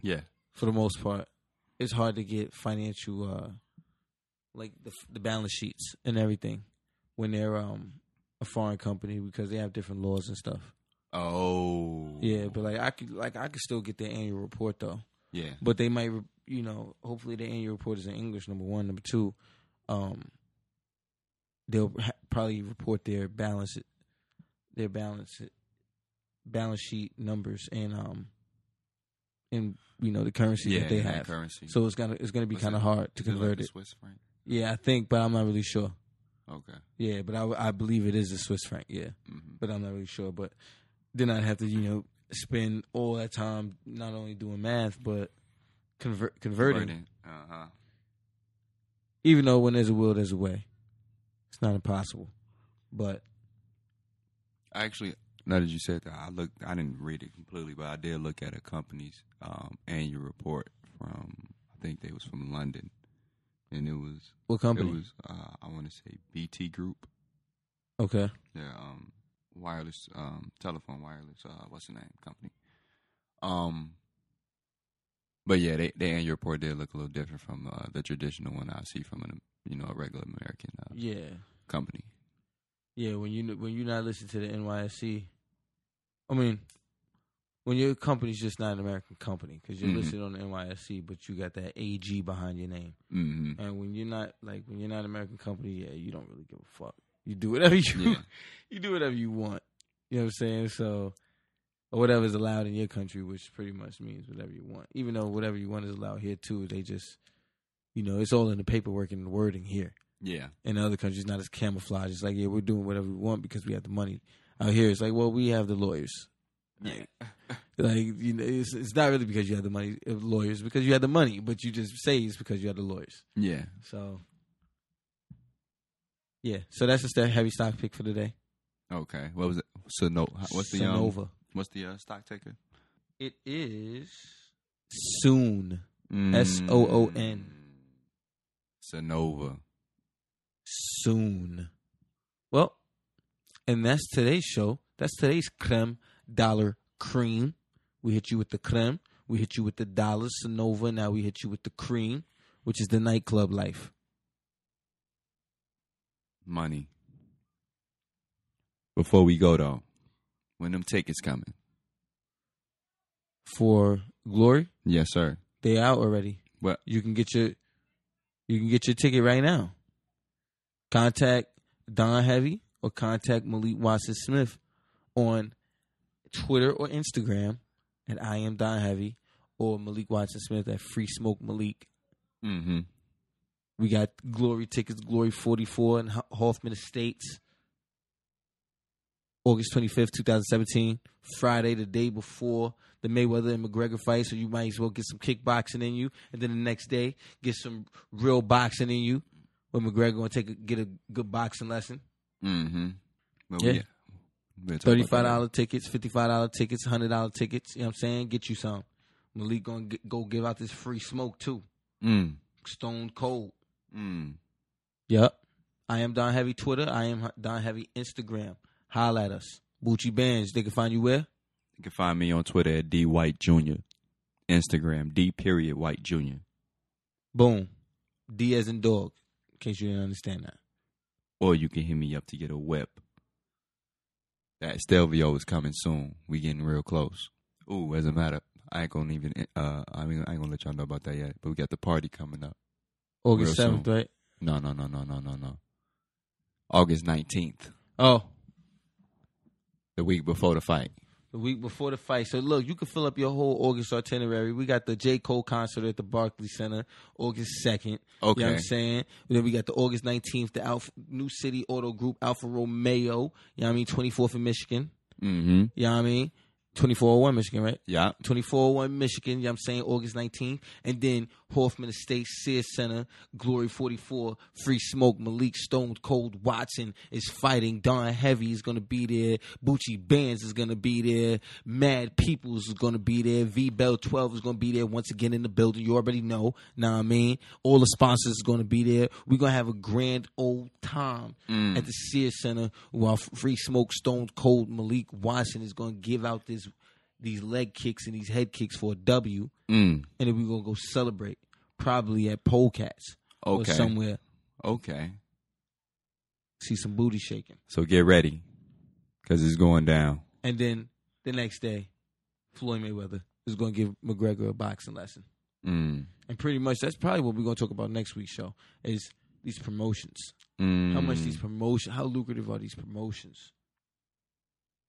Speaker 4: Yeah.
Speaker 3: for the most part. It's hard to get financial uh like the the balance sheets and everything when they're um a foreign company because they have different laws and stuff.
Speaker 4: Oh.
Speaker 3: Yeah, but like I could like I could still get their annual report though.
Speaker 4: Yeah.
Speaker 3: but they might you know hopefully the annual report is in english number one number two um they'll ha- probably report their balance their balance balance sheet numbers and um and you know the currency
Speaker 4: yeah,
Speaker 3: that they
Speaker 4: in
Speaker 3: have
Speaker 4: currency.
Speaker 3: so it's gonna it's gonna be
Speaker 4: What's
Speaker 3: kind of
Speaker 4: it-
Speaker 3: hard to
Speaker 4: Is it like
Speaker 3: convert
Speaker 4: the
Speaker 3: it
Speaker 4: Swiss franc.
Speaker 3: yeah i think but i'm not really sure
Speaker 4: Okay.
Speaker 3: yeah but i, I believe it is a swiss franc yeah
Speaker 4: hmm
Speaker 3: but I'm not really sure. But then I'd have to, you know, spend all that time not only doing math but convert converting.
Speaker 4: Uh huh.
Speaker 3: Even though when there's a will, there's a way. It's not impossible, but
Speaker 4: Actually, now that you said that, I looked. I didn't read it completely, but I did look at a company's um, annual report from. I think they was from London, and it was
Speaker 3: what company?
Speaker 4: it was uh, I want to say BT Group.
Speaker 3: okay,
Speaker 4: their um, wireless um, telephone wireless uh, what's the name company um but yeah they their annual report did look a little different from uh, the traditional one i see from an you know a regular american uh,
Speaker 3: yeah,
Speaker 4: company
Speaker 3: yeah. When you when you're not listening to the NYSC, I mean, when your company's just not an American company because you're
Speaker 4: Mhm.
Speaker 3: listed on the NYSC, but you got that AG behind your name.
Speaker 4: mm-hmm.
Speaker 3: And when you're not like when you're not an American company, yeah, you don't really give a fuck. You do whatever you
Speaker 4: yeah
Speaker 3: you do whatever you want. You know what I'm saying? So, or whatever's allowed in your country, which pretty much means whatever you want. Even though whatever you want is allowed here too, they just, you know, it's all in the paperwork and the wording here.
Speaker 4: yeah
Speaker 3: In other countries, not as camouflage. It's like, yeah, we're doing whatever we want because we have the money. Out here, it's like, well, we have the lawyers.
Speaker 4: yeah
Speaker 3: Like, you know, it's, it's not really because you have the money, uh, lawyers, because you had the money, but you just say it's because you had the lawyers.
Speaker 4: yeah
Speaker 3: So, yeah. So that's just that heavy stock pick for today.
Speaker 4: okay what was it so no what's the um,
Speaker 3: Sonova.
Speaker 4: what's the uh, stock ticker
Speaker 3: It is soon.
Speaker 4: Mm.
Speaker 3: S-O-O-N.
Speaker 4: Mm-hmm. sonova
Speaker 3: Soon. Well, and that's today's show. That's today's creme dollar cream. We hit you with the creme. We hit you with the dollar Sonova. Now we hit you with the cream, which is the nightclub life.
Speaker 4: money. Before we go though, when them tickets coming?
Speaker 3: for Glory.
Speaker 4: Yes, sir.
Speaker 3: They out already.
Speaker 4: Well,
Speaker 3: You can get your you can get your ticket right now. Contact Don Heavy or contact Malik Watson Smith on Twitter or Instagram at I am Don Heavy or Malik Watson Smith at Free Smoke Malik.
Speaker 4: mm-hmm.
Speaker 3: We got Glory tickets, Glory 44 in Ho- Hoffman Estates. August 25th, 2017, Friday, the day before the Mayweather and McGregor fight. So you might as well get some kickboxing in you. And then the next day, get some real boxing in you. With McGregor going to take a, get a good boxing lesson.
Speaker 4: Mm-hmm. Well,
Speaker 3: Yeah.
Speaker 4: yeah. We'll talk about that.
Speaker 3: $35 tickets, $55 tickets, $100 tickets. You know what I'm saying? Get you some. Malik going to go give out this free smoke too.
Speaker 4: Mm.
Speaker 3: Stone cold.
Speaker 4: Mm.
Speaker 3: Yep. I am Don Heavy Twitter. I am Don Heavy Instagram. Holla at us. Bucci Bands. They can find you where?
Speaker 4: You can find me on Twitter at D White Jr. Instagram D period White Jr.
Speaker 3: Boom. D as in dog. In case you didn't understand that.
Speaker 4: Or you can hit me up to get a whip. That Stelvio is coming soon. We getting real close. Ooh, as a matter, I ain't gonna even. Uh, I mean, I ain't gonna let y'all know about that yet. But we got the party coming up.
Speaker 3: August
Speaker 4: Real
Speaker 3: seventh,
Speaker 4: soon.
Speaker 3: right?
Speaker 4: No, no, no, no, no, no, no. August nineteenth,
Speaker 3: Oh,
Speaker 4: the week before the fight.
Speaker 3: the week before the fight. So look, you can fill up your whole August itinerary. We got the J. Cole concert at the Barclays Center, August second.
Speaker 4: Okay.
Speaker 3: You know what I'm saying? And then we got the August nineteenth, the Alpha, New City Auto Group, Alfa Romeo, you know what I mean, twenty fourth in Michigan.
Speaker 4: Mm-hmm.
Speaker 3: You know what I mean? Twenty four oh one Michigan, right?
Speaker 4: Yeah.
Speaker 3: 2401 Michigan, you know what I'm saying, August 19th. And then Hoffman Estates, Sears Center, Glory 44, Free Smoke, Malik Stone, Cold Watson is fighting. Don Heavy is going to be there. Bucci Bands is going to be there. Mad Peoples is going to be there. V Bell 12 is going to be there once again in the building. You already know, know what I mean? All the sponsors is going to be there. We're going to have a grand old time at the Sears Center while Free Smoke, Stone Cold, Malik Watson is going to give out this these leg kicks and these head kicks for a W,
Speaker 4: Mm.
Speaker 3: and then we're gonna go celebrate probably at Polecats
Speaker 4: Okay.
Speaker 3: or somewhere.
Speaker 4: Okay.
Speaker 3: See some booty shaking,
Speaker 4: So get ready, cause it's going down.
Speaker 3: and then the next day, Floyd Mayweather is gonna give McGregor a boxing lesson,
Speaker 4: Mm.
Speaker 3: and pretty much that's probably what we're gonna talk about next week's show is these promotions.
Speaker 4: Mm.
Speaker 3: How much these promotion? How lucrative are these promotions?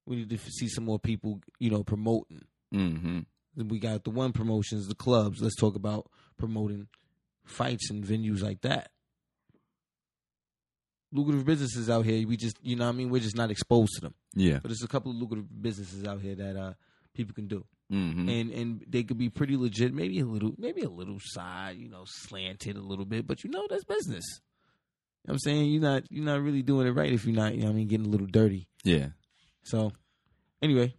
Speaker 3: We need to f- see some more people, you know, promoting.
Speaker 4: Mm-hmm.
Speaker 3: Then we got the one promotions, the clubs. Let's talk about promoting fights and venues like that. Lucrative businesses out here, we just you know what I mean, we're just not exposed to them.
Speaker 4: Yeah.
Speaker 3: But there's a couple of lucrative businesses out here that uh people can do.
Speaker 4: Mm-hmm.
Speaker 3: And and they could be pretty legit, maybe a little maybe a little side, you know, slanted a little bit, but you know that's business. You know what I'm saying you're not you're not really doing it right if you're not, you know what I mean, getting a little dirty.
Speaker 4: yeah.
Speaker 3: So anyway,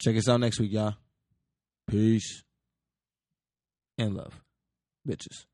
Speaker 3: check us out next week, y'all. Peace and love, bitches.